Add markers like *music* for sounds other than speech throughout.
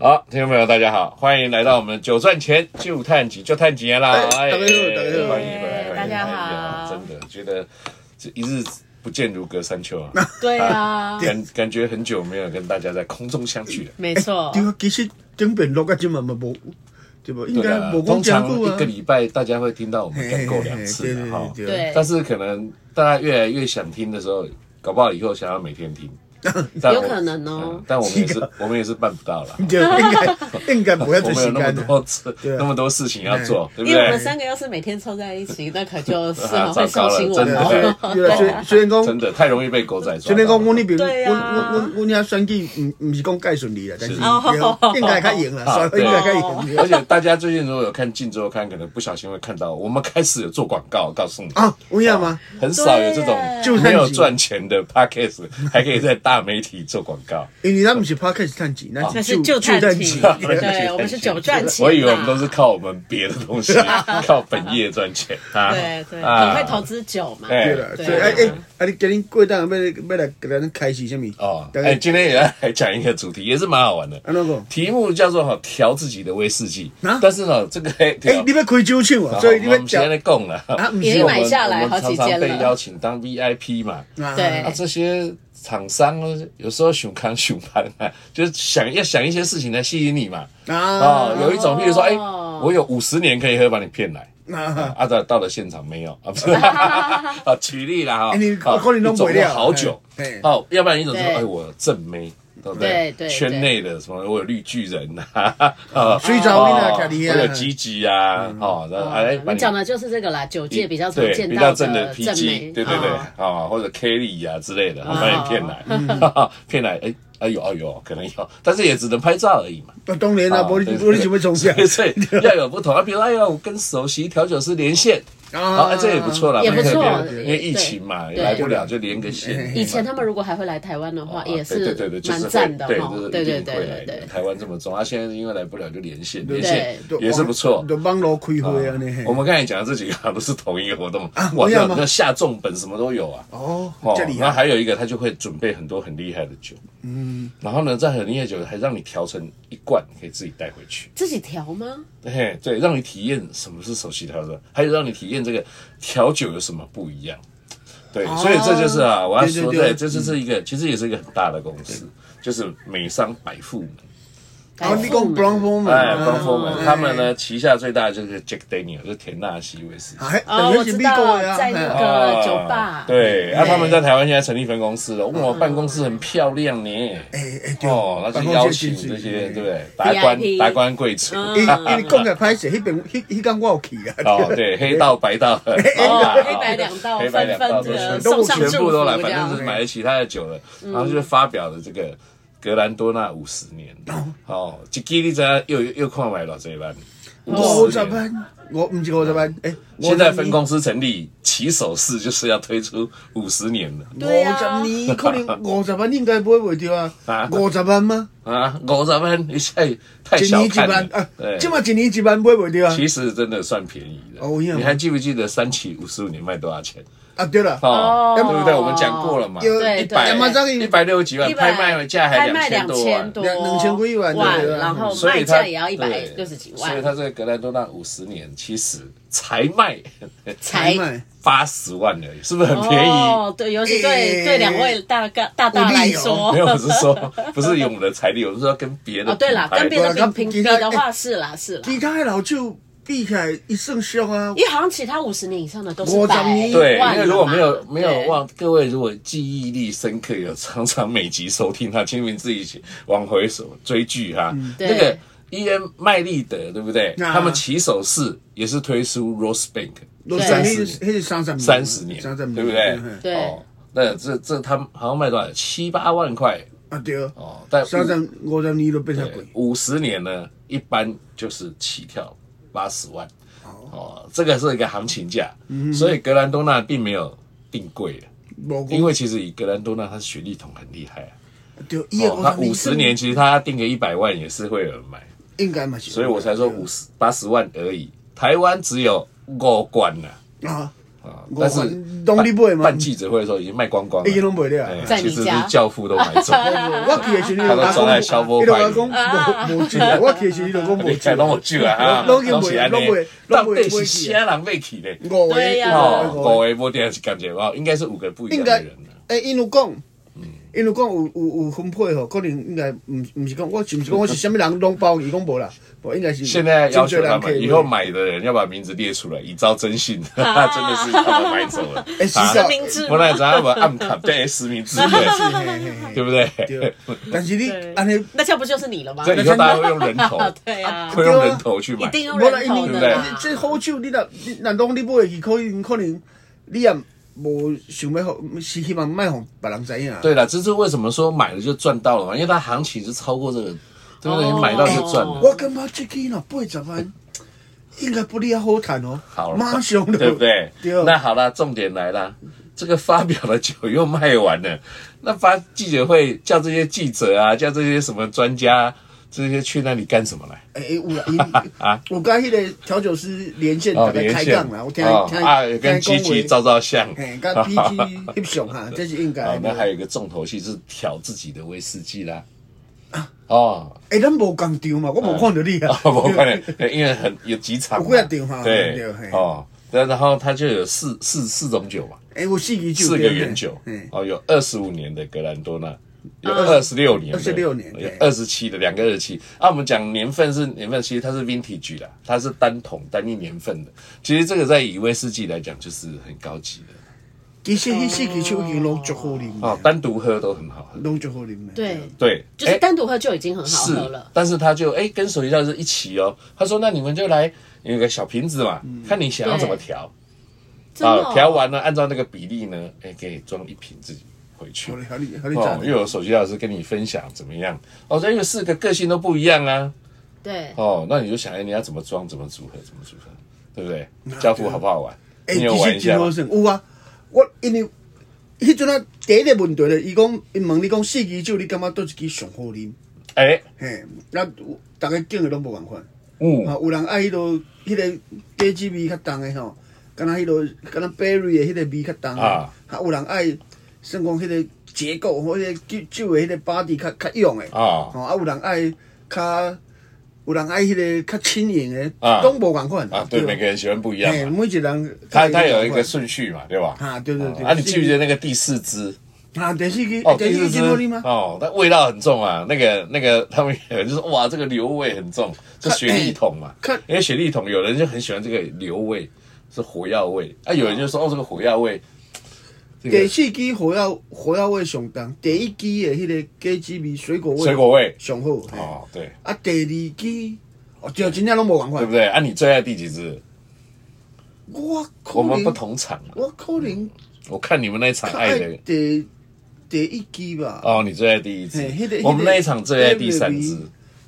好，听众朋友，大家好，欢迎来到我们九赚钱就探集，就探几年啦！哎大家好大家好欢迎回来，大家好欢迎回来真的觉得这一日不见如隔三 *laughs* 秋啊，对啊，感感觉很久没有跟大家在空中相聚了。没错，对啊，其实整边录啊，今晚嘛无，对不？应对该啊，无通讲常讲久一啊个。礼拜大家会听到我们嘿讲够嘿两嘿次对了哈对，对对，对但，是可能大家越来越想听的时候，搞不好以后想要每天 *laughs* 听，但我有可能哦嗯但我们也是，我们也是办不到了。对应该应该不要我做们有时那么间的。多次，对啊那么多事情要做，对不因为我们对？三个要是每天凑在一起，那可 *laughs* 就是啊很糟会受糕了新真闻对的啊所哦。以对啊，虽虽然真讲的太容易被狗仔抓到虽了。然讲，我那边对我啊我我我遐选举唔唔是讲介顺利啦，但是是对应该较赢啦，啊算对应该较赢。而且大家最近如果有看《晋周刊》，可能不小心会看到，我们开始有做广告，告诉你啊有影吗？很少有这对种耶没有赚钱的 podcast，还可以在大媒体做广告。因为咱不是 podcast 探钱，那咱是是旧旧探探钱。钱对，我们是九赚钱。我以为我们都是。靠我们别的东西，靠本业赚 *laughs* 钱啊。对对，啊很会投资酒嘛。哎对啦，对所啊以哎哎，啊你今天过档要要来给咱开始什么？哦，大哎，概今天也来讲一个主题，也是蛮好玩的。安怎讲？题目叫做“哈哦调自己的威士忌”，啊但是呢，这个哎，哎，你要开酒厂啊，所以你哦我要们讲现在供了，啊，唔已是经我哦们买下来我们好几常常间被了哎邀请当 VIP 嘛，啊对啊，这些厂商呢，有时候熊康熊盘啊，就是想要想一些事情来吸引你嘛。啊啊，有一种，譬如说，哎、哦我有五十年可以喝，把你骗来。啊，啊，到到了现场没有啊，不 *laughs* 是啊，举例啦哈，哎你啊可能都一种不了要好久哎，哦，要不然一种是对哎我正妹，对不对对圈内的什么我有绿巨人呐，嗯 *laughs* 啊，水槽哦你哪看你啊我有吉吉啊，嗯哦，然后哎，我把们你讲的就是这个啦，九界比较常对见比到较正的正 PG，美，对对对哦，啊，或者 Kelly 呀之类的，哦把你骗嗯来， *laughs* 骗来，哎，哎呦哎呦，可能有，但是也只能拍照而已嘛。那当哦然啦，无你无你想要从啥所？以所以要有不同啊，比如哎呦，我跟首席调酒师连线。 *laughs* 啊，这也不错啦，也不错蛮特别的因为对疫情嘛，对来不了就连个线。以前他们如果还会来台湾的啊话，对也是对对对，就是蛮会赞的对哈。对对对对对对对对对，对，台湾这么重，啊，现在因为来不了就连线，对连线也是不错。就哦网络开会啊，你嘿我们刚才讲的这几个啊都是同一个活动啊，哇，一样那吗那下重本什么都有啊。哦哦，，这里然后啊，还有一个，他就会准备很多很厉害的酒，嗯，然后呢，在很厉害的酒还让你调成一罐，可以自己带回去，自己调哦吗？嘿，对，让你体验什么是首席调酒，还有让你体验这个调酒有什么不一样，对，所以这就是啊，我要对对说，哦对对，这就是一个，其实也是一个很大的公司，就是美商百富门，然啊后你讲改富 b r o n f o 嘛 r 哎 m 百富门，他们呢旗下最大的就是 Jack Daniel，就是田纳西威士忌。还哦，我知道，啊在那个酒吧，对，那、哎他们在台湾现在成立分公司了，哇，办公室很漂亮呢。嗯哎哎对，哦，那就邀请这些，对不对？达官 VIP 达官贵族，嗯因因 *laughs* 为讲起来歹势，迄边迄迄间我有去啊。哦，对，黑道白道，啊哦， *laughs* 黑白两道黑纷白两道纷都的全送部上全祝部福，都来，这反样嗯正就是买得起他的酒了，然后就发表了这个格兰多纳五十年，哦，一支你知道又又又看买了这一万，哦五十万，我唔是五十万，哎，现在分公司成立起手式就是要推出五十年的对啊五十年可能五十万应该买袂 *laughs* 着啊啊，五十万吗？啊，五十万一下太一小年一看万了啊，，对即。嘛一年一万买袂着啊。其实真的算便宜的。哦我一样你还记不记得三期五十五年卖多少钱？啊对了，哦，哦对不对？我们讲过了嘛，有一对百对对一百六十几万，一百拍卖价还拍卖千两多啊万千。多，两两千多一万对对对然后所卖以它价也要一百六十几所以万，它这个格兰多纳五十年其实才卖才卖八十万而已，是不是很便宜？哦，对，尤其对哎对两位大大大大来哦说没，有，我是说不是用我们的财力，我是说跟别的哦，对啦，品牌跟别的对啊评跟评比的话是啦是啦，其他的老酒比起来一算上啊，因为好像其他五十年以上的都是我百怎么对，万啊因为如了果嘛没有没有对忘，各位如果记忆力深刻，有常常每集收听它，请你们自己往回首追剧哈。对那个 E.M. 麦利德对不对？啊他们起手式也是推出 Rose Bank 都三迄十是迄是三十年，三十年，三十年，对不对嗯？对哦，那这这他们好像卖多少？七八万块啊对，哦，但三十五十年都变成贵。五十年呢，一般就是起跳八十万。哦，嗯这个是一个行情价，所以格兰多纳并没有定贵的。无因为其实以格兰多纳他学历统很厉害啊，对，伊哦，他五十年其实他定个一百万也是会有人买，应该嘛是，所以我才说五十八十万而已。台湾只有五罐呐、啊，啊，啊五，但是环拢你买吗办记者会的时候已经卖光光了，已经拢卖了哎在其你实家是教父都买 *laughs* 走，我去的时候，他都走在消伊波就块我里。讲无无酒，我去的时候伊就 *laughs* 啊讲无你看拢有酒，酒啊，拢去拢是安尼买拢买，到拢买底是啥人未去呢？五个 *laughs* 对呀哦，五五个，个无定是感觉哇，应该是五个不一应样该的人啊。诶，因有讲，因有讲有有有分配吼，可能应该毋毋是讲，我是毋是讲我是啥物人拢包，伊讲无啦，无应该是现在要求他真多人客们以后买的人要把名字列出来，以招征信， *laughs* 真的 *laughs* 是他们买走了。哎是啊这样实名制我哪知道他们暗卡 *laughs* 对实名 *laughs* 制是的，嘿嘿嘿对不对？对，但是你对安尼，那这样不就是你了 *laughs* 吗？所以以后大家会用人头，对 *laughs* 啊，会用人头去一买。定要无啦，人因为头对不的对你啦。这好酒，你若你若拢你买去，可能可能你也无想要互，是希望卖互别人知影。对了，这是为什么说买了就赚到了嘛？因为它行情是超过这个，对不对？哦你买到就赚了。我感觉这个若八十万，应该不哩啊好赚哦。好了，马上就对不对？对。那好了，重点来了，这个发表了酒又卖完了，那发记者会叫这些记者啊，叫这些什么专家，这些去那里干什么来？诶、有啦，伊我跟迄个调酒师连线大概连开线讲啦，我听哦听啊，跟听 G 讲 G 话，照照相。哦嘿，跟 P *laughs* G 翕相哈，这是应该好，那还的。有一个重头戏是调自己的威士忌啦。啊哦， *laughs* 诶，咱无共场嘛，我无看到你啊。哦，不快点，因为很有几场嘛，有几场哈对对嘿，哦，那然后它就有四四四种酒嘛，诶，有哎四支酒，四个对不对原酒嘿，哦，有二十五年的格兰多纳，有二十六年的， 26年有对二十七的，两个二十七。啊，我们讲年份是年份，其实它是 vintage 啦，它是单桶单一年份的。其实这个在以威士忌来讲，就是很高级的其实迄四支酒已经拢足好啉哦，的，单独喝都很好喝。拢足好啉的。对，对，就是哎单独喝就已经很好是喝了，。但是他就哎、跟手机教授一起哦，他说那你们就来有一个小瓶子嘛，看你想要怎么调真的哦啊调完了按照那个比例呢，哎、给你装一瓶自己回去好。嘞，好嘞，好嘞，哦，赞。又有手机老师跟你分享怎么样？哦，这因为四个个性都不一样啊。对，哦，那你就想，哎，你要怎么装，怎么组合，怎么组合，对不对？教父好不好玩？诶，你有哎其玩实一下真好吗？耍，有啊。我因为迄阵啊，第一个问题咧，伊讲，伊问你讲四支酒，你感觉倒一支上好啉？哎，嘿，那有大家敬的拢无共款。啊，嗯，有人爱迄落迄个果子味较重的吼，敢若迄落敢若 berry 的迄个味较重的，啊啊，有人爱算讲迄个结构或者酒酒的迄个 body 较较勇的，啊吼啊，有人爱较有人爱迄个较轻盈的啊，拢无共款啊，对，每个人喜欢不一样嘿嘛。哎每一个人他较他有一不个同款顺序嘛，对吧？啊对对哦对啊，你记不记得那个第四支？啊，第四支哦，第第四四支支好啉吗？哦，那味道很重啊。那个那个，他们有人就说哇，这个硫味很重，是雪莉桶嘛看？因为雪莉桶有人就很喜欢这个硫味，是火药味啊。有人就说哦，这个火药味，这第个四支火药火药味上重，第一支的迄个果子味水果味水果味上好。嘿哦，对啊，第二支哦，对，真正拢无共对款不。对？啊，你最爱第几支？我可我们能不，同场嘛，我可能我看你们那一场较爱爱的第第一支吧。哦，你最爱第一支嘿，迄个，我们哎那一场最爱第三支支，，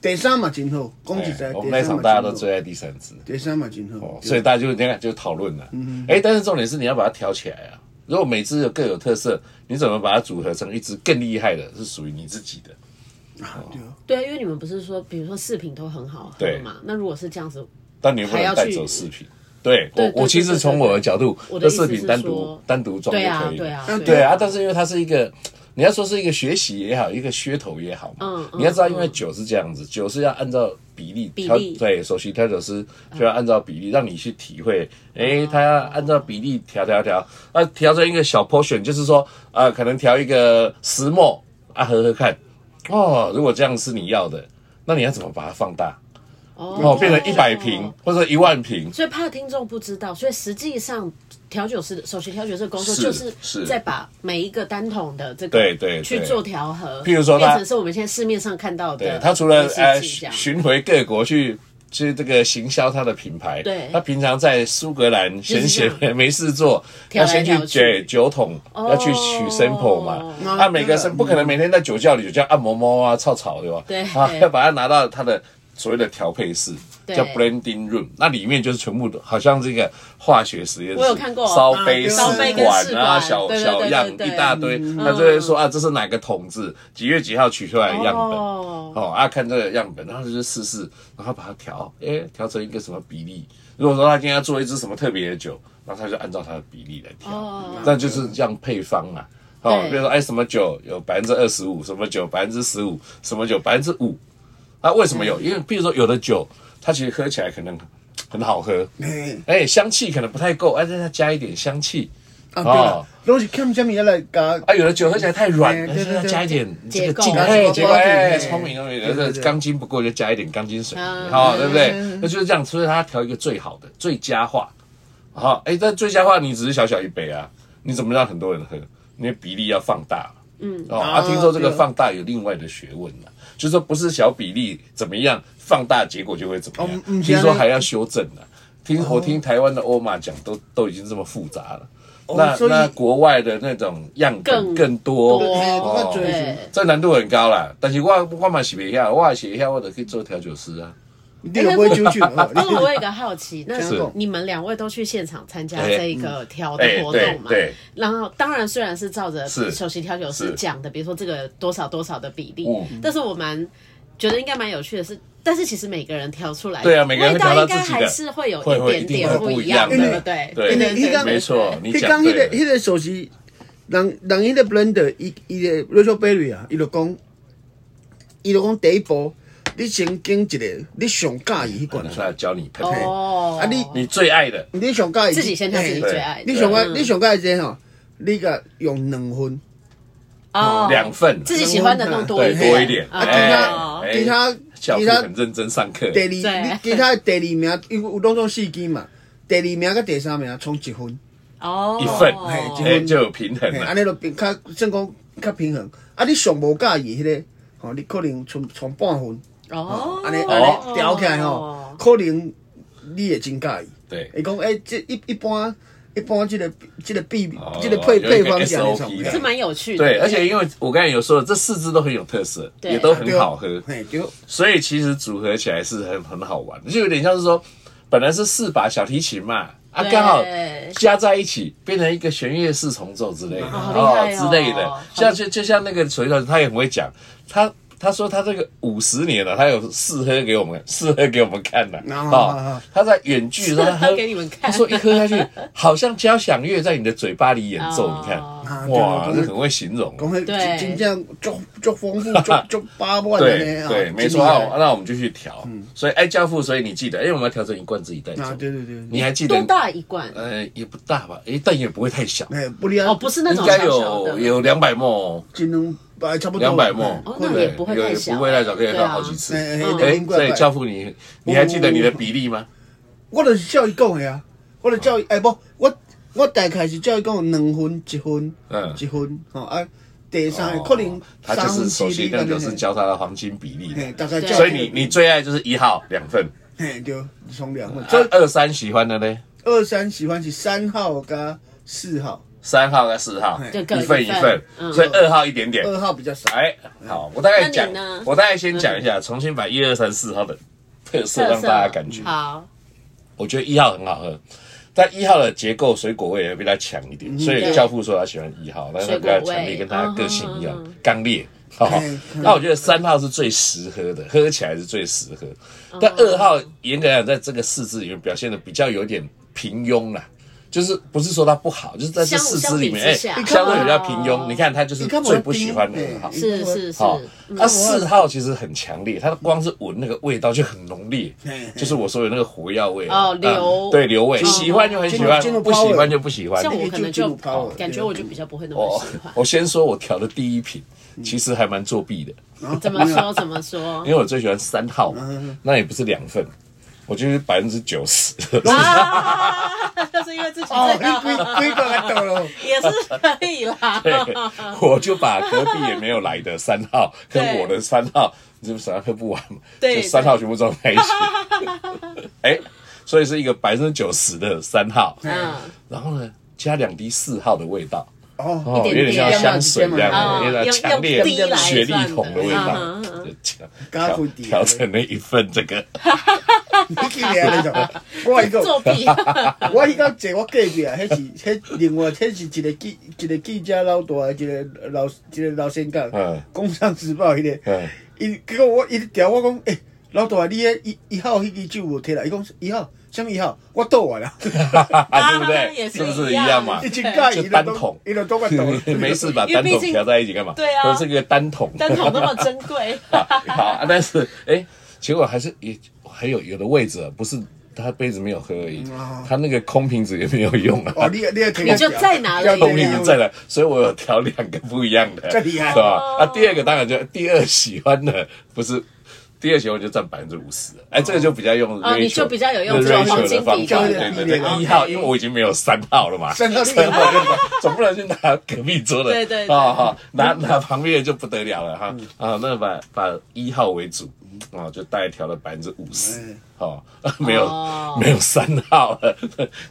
第三嘛真好，讲一哎下，我第们那一三场嘛大家都真好，最爱第三支。第三嘛真好哦，，所以大家就你看就讨论了。哎、但是重点是你要把它挑起来啊。如果每只有各有特色，你怎么把它组合成一只更厉害的，是属于你自己的？啊对哦啊对，因为你们不是说，比如说饰品都很好喝对嘛，那如果是这样子，但你又不还能要带去走饰品。对对对我，我其对实对从我的角度，我的这意思饰品是单独说单独装对就啊可以了。对啊嗯对对啊，但是因为它是一个，你要说是一个学习也好，一个噱头也好嘛。嗯嗯你要知道，因为酒是这样子，酒是要按照比例比挑，例嗯对，首席调酒师就要按照比例让你去体会。哦诶，他要按照比例调调调，那调成一个小 portion，就是说啊、可能调一个石墨啊，喝喝看。哦，如果这样是你要的，那你要怎么把它放大？哦，哦变成一百瓶。或者一万瓶。所以怕听众不知道，所以实际上调酒师的首席调酒师的工作是就是是在把每一个单桶的这个对对去对做调和，譬如说他变成是我们现在市面上看到对的，他除了威士忌呃这样巡回各国去去这个行销他的品牌，对他平常在苏格兰是闲闲这没事做，挑要来先去挑去酒酒桶，要去取 sample 嘛，哦他每个对 sam- 啊不可能每天在酒窖里酒窖按摩摸啊、泡草对吧？对啊，要把它拿到他的。所谓的调配室，对叫 blending room，那里面就是全部的，好像这个化学实验室，我有看过烧杯啊烧杯跟管试啊，管小对对小对嗯对样对一大堆，他就会说啊，这是哪个桶子，几月几号取出来的样本，哦哦啊，看这个样本，然后就是试试，然后把它调，诶，调成一个什么比例？如果说他今天要做一支什么特别的酒，那他就按照他的比例来调，哦那就是这样配方嘛。哦，对比如说哎，什么酒有百分之二十五，什么酒百分之十五，什么酒百分之五，啊，为什么有？嗯因为譬如说有的酒，它其实喝起来可能很好喝，嘿，哎，香气可能不太够，哎，再加一点香气。啊对啦，拢是欠什么来加？啊，有的酒喝起来太软，哎对哎对就要对加一点这个结构劲，啊哎，结结构果哎，对聪明聪明，对那对钢筋不够就加一点钢筋水，啊好，对不对？那就是这样，所以他调一个最好的最佳化。好，哎，但最佳化你只是小小一杯啊，你怎么让很多人喝？因为比例要放大。嗯，哦，啊，哦听说这个对放大有另外的学问啊，就是说不是小比例怎么样，放大结果就会怎么样哦嗯嗯。哦听这说样还要修正呢、听我听台湾的欧玛讲，都都已经这么复杂了。哦那所以那国外的那种样本更更多，多我对最对，这难度很高啦。但是我我嘛是袂晓，我也是会晓，我就去做调酒师啊。你有不会酒酒哦？哎 *laughs* 那我有一个好奇，那是你们两位都去现场参加哎这一个调的哎活对动嘛？对，然后，当然虽然是照着是首席调酒师是讲的，比如说这个多少多少的比例嗯，但是我蛮觉得应该蛮有趣的是，但是其实每个人调出来，对啊每个人哎味调到道应该自己的还是会有会会点一定点会不不一一样样，对的不对？对对对因为对，嗯刚没错，你迄讲讲迄对个了。迄个首席，人人迄个 blender 伊伊个 r a c h e l Berry 啊，伊就讲，伊就讲第一步，你先拣一个你上喜欢迄款拿出来教你配，哦，啊你你最爱的你上喜欢哎自己先挑自己最爱的，你上爱嗯你上喜欢这吼，你个用两分，哦两份，自己喜欢的弄多对一多一点。啊啊，其他哦哎其他教其父他很认真上课。第二，你对其他第二名有有拢种四间嘛，第二名甲第三名冲一分。哦，一份，嘿哎，就有平衡 *laughs* 嘿，了。安尼就变较算讲较平衡。啊，你上无介意迄个，吼、你可能剩剩半分，哦，安尼安尼啊调起来吼、哦可能你会真介意。对，伊讲诶，即、一一般一般即、个即、个比即、哦个有配一配个方是安尼 SOP 上的这蛮有趣的，对，而且因为我刚才有说了，这四支都很有特色，对也都很好喝。嘿对，所以其实组合起来是很很好玩的，就有点像是说，本来是四把小提琴嘛，啊，对刚好加在一起变成一个弦乐四重奏之类的，好厉害哦之类的好，像就就像那个锤头，他也很会讲，他。他说他这个五十年了，他有试喝给我们试喝给我们看的啊啊哦啊。他在远距的时候，他试喝喝给你们看他说一喝下去，好像交响乐在你的嘴巴里演奏，你看哦，啊对哇，我这觉得很会形容。啊讲迄对真正足足丰富、 *laughs* 足足八万的对呢。对，没错，那啊哦我那我们就去调。所以爱教父，所以你记得，哎，我们要调成一罐自己带走嗯啊，。对对对，你还记得多？大一罐？呃，也不大吧，哎，但也不会太小，哎，不离啊哦，，不是那应种该小小的有，有两百沫，一两百差不多嗯两百沫哦，对那也不会有太也小不会太小，可以对喝啊好几次。哎哎嗯，两哎，所斤怪以怪教父你，你还记得你的比例吗？哦我就是照伊讲的啊，我就照伊，哎、不，我我大概是照伊讲两分、一分、嗯一分，吼、啊，第三个、哦可能他三就是分首席酿酒师嘿教他的黄金比例嘿，的，大概对照。所以你你最爱就是一号两份，嘿对，从两份，所所以以二三喜欢的呢，二三喜欢是三号加四号，三号跟四号嘿就各一份一一份份，嗯所以二号一点点，二号比较少。哎，好，我大概那讲你呢，嗯我大概先讲一下，重新把一二三四号的特色让大家感觉。好，我觉得一号很好喝，但一号的结构水果味也比较强一点，所以嗯对教父说他喜欢一号，但是他比较强水果烈，味跟他个性一样嗯嗯刚烈。好好嗯，那我觉得三号是最实喝的，喝起来是最实喝。哦但二号严格来讲，在这个四支里面表现的比较有点平庸啦，就是不是说它不好，就是在这相四支里面，哎，相比之下哦相对比较平庸。你看他就是你看我最不喜欢第一二号嗯。是是嗯是，好，那我四号其实很强烈，它光是闻那个味道就很浓烈嘿嘿，就是我说的那个火药味哦啊硫哦对硫味，喜欢就很喜欢进入，不喜欢就不喜欢。像我可能就那个就进入泡了感觉我就比较不会那么我喜 *laughs* 欢。我先说我调的第一瓶，嗯其实还蛮作弊的，然后怎 *laughs* 么说？怎么说因？为我最喜欢三号嗯嘛，那也不是两份，我就是百分之九十。啊， *laughs* 就是因为自己哦，知你道几几个来倒咯？也是可以啦。对， *laughs* 我就把隔壁也没有来的三号跟我的三号，这三号喝不完嘛，对就三号全部装在一起。 *laughs* 哎、所以是一个百分之九十的三号，嗯，然后呢加两滴四号的味道，哦， *laughs* 哦，有一点点点像香水这样嗯的，有点用强烈用滴来雪莉桶的味道算的嗯嗯，对调加调分点调成了一份这个， *laughs* 你去掠你就，我迄作个， *laughs* 弊，我迄个坐我隔壁啊，迄是迄另外迄是一个记一个记者老大的，一个老一个老先讲，嗯《工商时报》迄个嗯，伊结果我伊调我讲，诶，老大，你迄一一号迄支酒无摕来，伊讲一号，什么一号？我倒完 *laughs* 啦，对不对？ *laughs* 也是是不是一一样样嘛伊？真介就伊单就桶，都伊就都我倒 *laughs* 没事把因为单毕桶竟调在一起干嘛？对啊都是个单桶。单桶那么珍 *laughs* 贵，好，啊但是哎、结果还是也还有有的位置啊不是他杯子没有喝而已，他那个空瓶子也没有用啊。哦，你你也你就再拿了一个空瓶子在了，所以我有调两个不一样的，这厉害对哦吧？啊，第二个当然就第二喜欢的不是。第二喜欢就占百分之五十，哎，这个就比较用 ratio，哦你就比较有用这种 ratio 黄金的方比法，例对对对对，对一号，对因为我已经没有三号了嘛，三号三号就拿总不能去拿隔壁桌的，对对对啊哈，拿拿旁边的就不得了了哈，啊，那把把一号为主，啊，就大概调了百分之五十嗯，哦，没有哦没有三号了，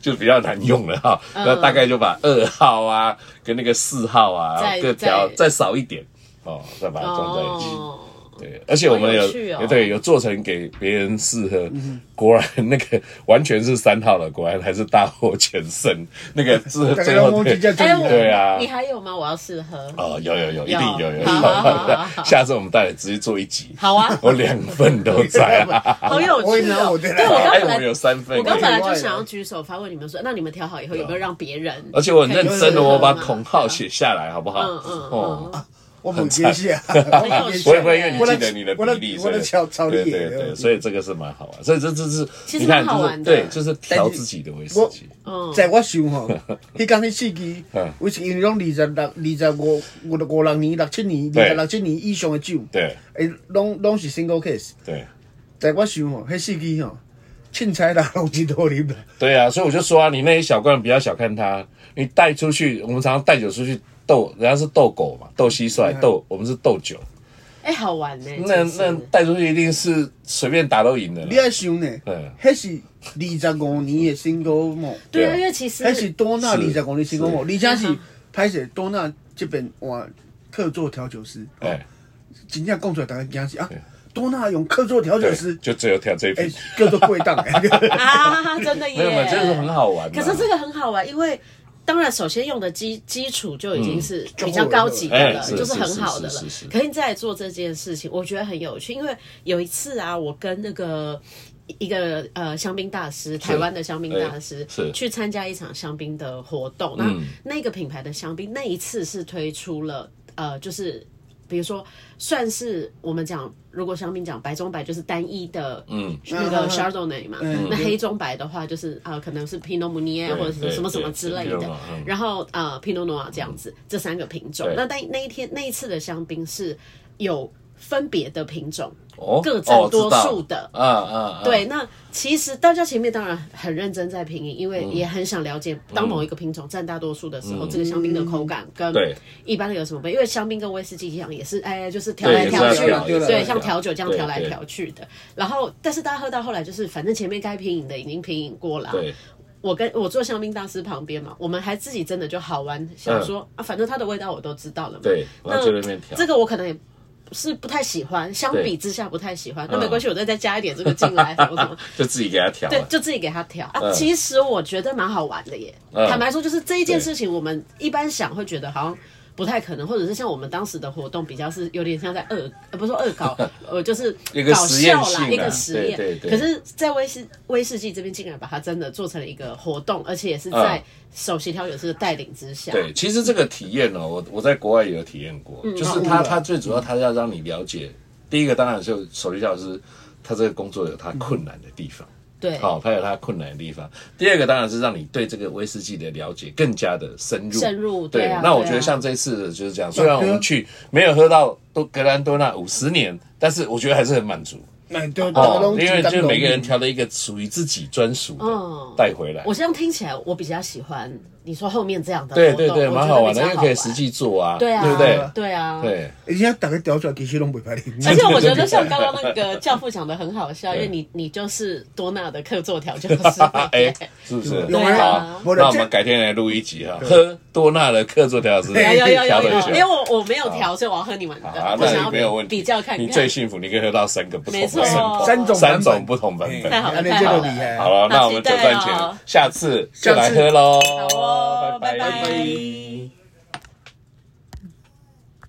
就比较难用了哈，嗯那大概就把二号啊跟那个四号啊再各调再再少一点，哦，再把它装在一起。哦，对，而且我们好有有趣哦也对有做成给别人试喝，果然那个完全是三号了，果然还是大获全胜。 *laughs* 那个最后大最家后拢对讲真哎，正我厉害，对啊你还有吗？我要试喝，哦，有有有，一有定有有。好好好好 *laughs* 好下次我们带来直接做一集，好啊我两份都在啊。好有我也趣拿哦。我的来对我刚哎，本我来们有三份我刚可以本来就想要举手发问你们说，那你们调好以后有没有让别人？而且我很认真哦的，我把统统号写下来，好不好？嗯嗯哦，我很惊喜啊，很有我趣我也不会因为你记得你的比我的例，我的所以超超对厉害对对，嗯所以这个是蛮好玩，所以这这是其实你看蛮好就是玩的对，就是调自己的威士我忌。嗯在我想 *laughs* 吼，迄工迄四支嗯，我是因为拢二十六、二十五、五六五六年、六七年、对二十六七年以上的酒，对诶，拢拢是 single case。对。在我想吼，迄四支吼，凊彩啦，拢真多啉啦。对啊，所以我就说啊，你那一小罐不要小看它，你带出去，我们常常带酒出去斗，人家是斗狗嘛，斗蟋蟀，斗我们是斗酒，哎，好玩呢。那真是那啊带出去一定是随便打都赢的啦你。爱想呢嗯，迄是二十五年的 single m 对啊，对因为其实迄是多纳二是十五年 single m 而且嗯是拍摄多纳这边换客座调酒师，哦哎，真正讲出来大家惊死啊！多纳用客座调酒对师，，就哎只有挑这一诶瓶，，叫做贵档哎 *laughs* 诶。啊，真的耶，没有嘛，这个很好玩嘛。可是这个很好玩，因为当然首先用的基基础就已经是比较高级的嗯了，哎是就是很好的是是是了是。可是你再做这件事情，我觉得很有趣，因为有一次啊，我跟那个。一个呃香槟大师，台湾的香槟大师哎是嗯去参加一场香槟的活动。那、那个品牌的香槟，那一次是推出了呃，就是比如说算是我们讲，如果香槟讲白中白就是单一的，嗯，那嗯嗯个嗯 Chardonnay 嘛，嗯那黑中白的话就是啊、可能是 Pinot Meunier 对或者是对什么什么对之类对的 Pinot Noir，嗯，然后呃 Pinot Noir 这样子，这三个品种。对那但那一天那一次的香槟是有分别的品种，哦各占多数的哦我知道啊啊，啊对，，那其实大家前面当然很认真在品饮，因嗯为也很想了解，当某一个品种占大多数的时候，这个香槟的口感跟对一般的有什么不一样？因为香槟跟威士忌一样，也是哎，就是调对来也是调要去调的，也是要对，调像调酒这样对调来对调去的。然后，但是大家喝到后来，就是反正前面该品饮的已经品饮过了啊，对我跟我坐香槟大师旁边嘛，我们还自己真的就好玩，想说、啊，反正它的味道我都知道了嘛。嗯对，我要那在那边调这。个我可能也是不太喜欢，相比之下不太喜欢。那嗯没关系，我再再加一点这个 *laughs* 进来，什么什么。啊就自己给他调对了，，就自己给他调啊。嗯其实我觉得蛮好玩的耶。嗯坦白说，就是这一件事情，我们一般想会觉得好像不太可能，或者是像我们当时的活动比较是有点像在恶，呃、不是说恶 *laughs* 搞，呃，就是一个搞实验笑性啦，啊一个实验。对对对可是，在威士威士忌这边竟然把它真的做成了一个活动，而且也是在嗯首席调酒师的带领之下。对，其实这个体验哦，我我在国外也有体验过，嗯哦就是那他我他最主要他要让你了解，第一个当然是首席教师，他这个工作有他困难的地方，对好、他有他困难的地方。第二个当然是让你对这个威士忌的了解更加的深入，深入对。对啊那我对啊觉得像这次的就是这样，虽然我们去没有喝到多格兰多纳五十年，但是我觉得还是很满足。那都哦，因为就是每个人挑了一个属于自己专属的嗯带回来。我这样听起来，我比较喜欢你说后面这样的对活动，对对，我蛮觉好得玩比的，较因为好可以玩。实际做啊，对啊，对不对？对啊，对，。而且大家调出来其实拢袂歹哩。 *laughs* 而且我觉得像刚刚那个教父讲的很好笑，因为你你就是多纳的课座条就是 *laughs* *laughs* 哎，是不是？啊有啊好，我的那我这们改天来录一集哈，喝多纳的课做调是哎有有有调有的有，因为酒。我我没有调，所以我要喝你们啊的，，我那想你要没有问题，比较看你最看。幸福，你可以喝到三个不同没错的哦三三种种三种版不同版本。太好了安尼太这好就了厉害。好了，那好我们期酒待赚哦钱，下次就下来次喝喽。好哦，拜拜拜。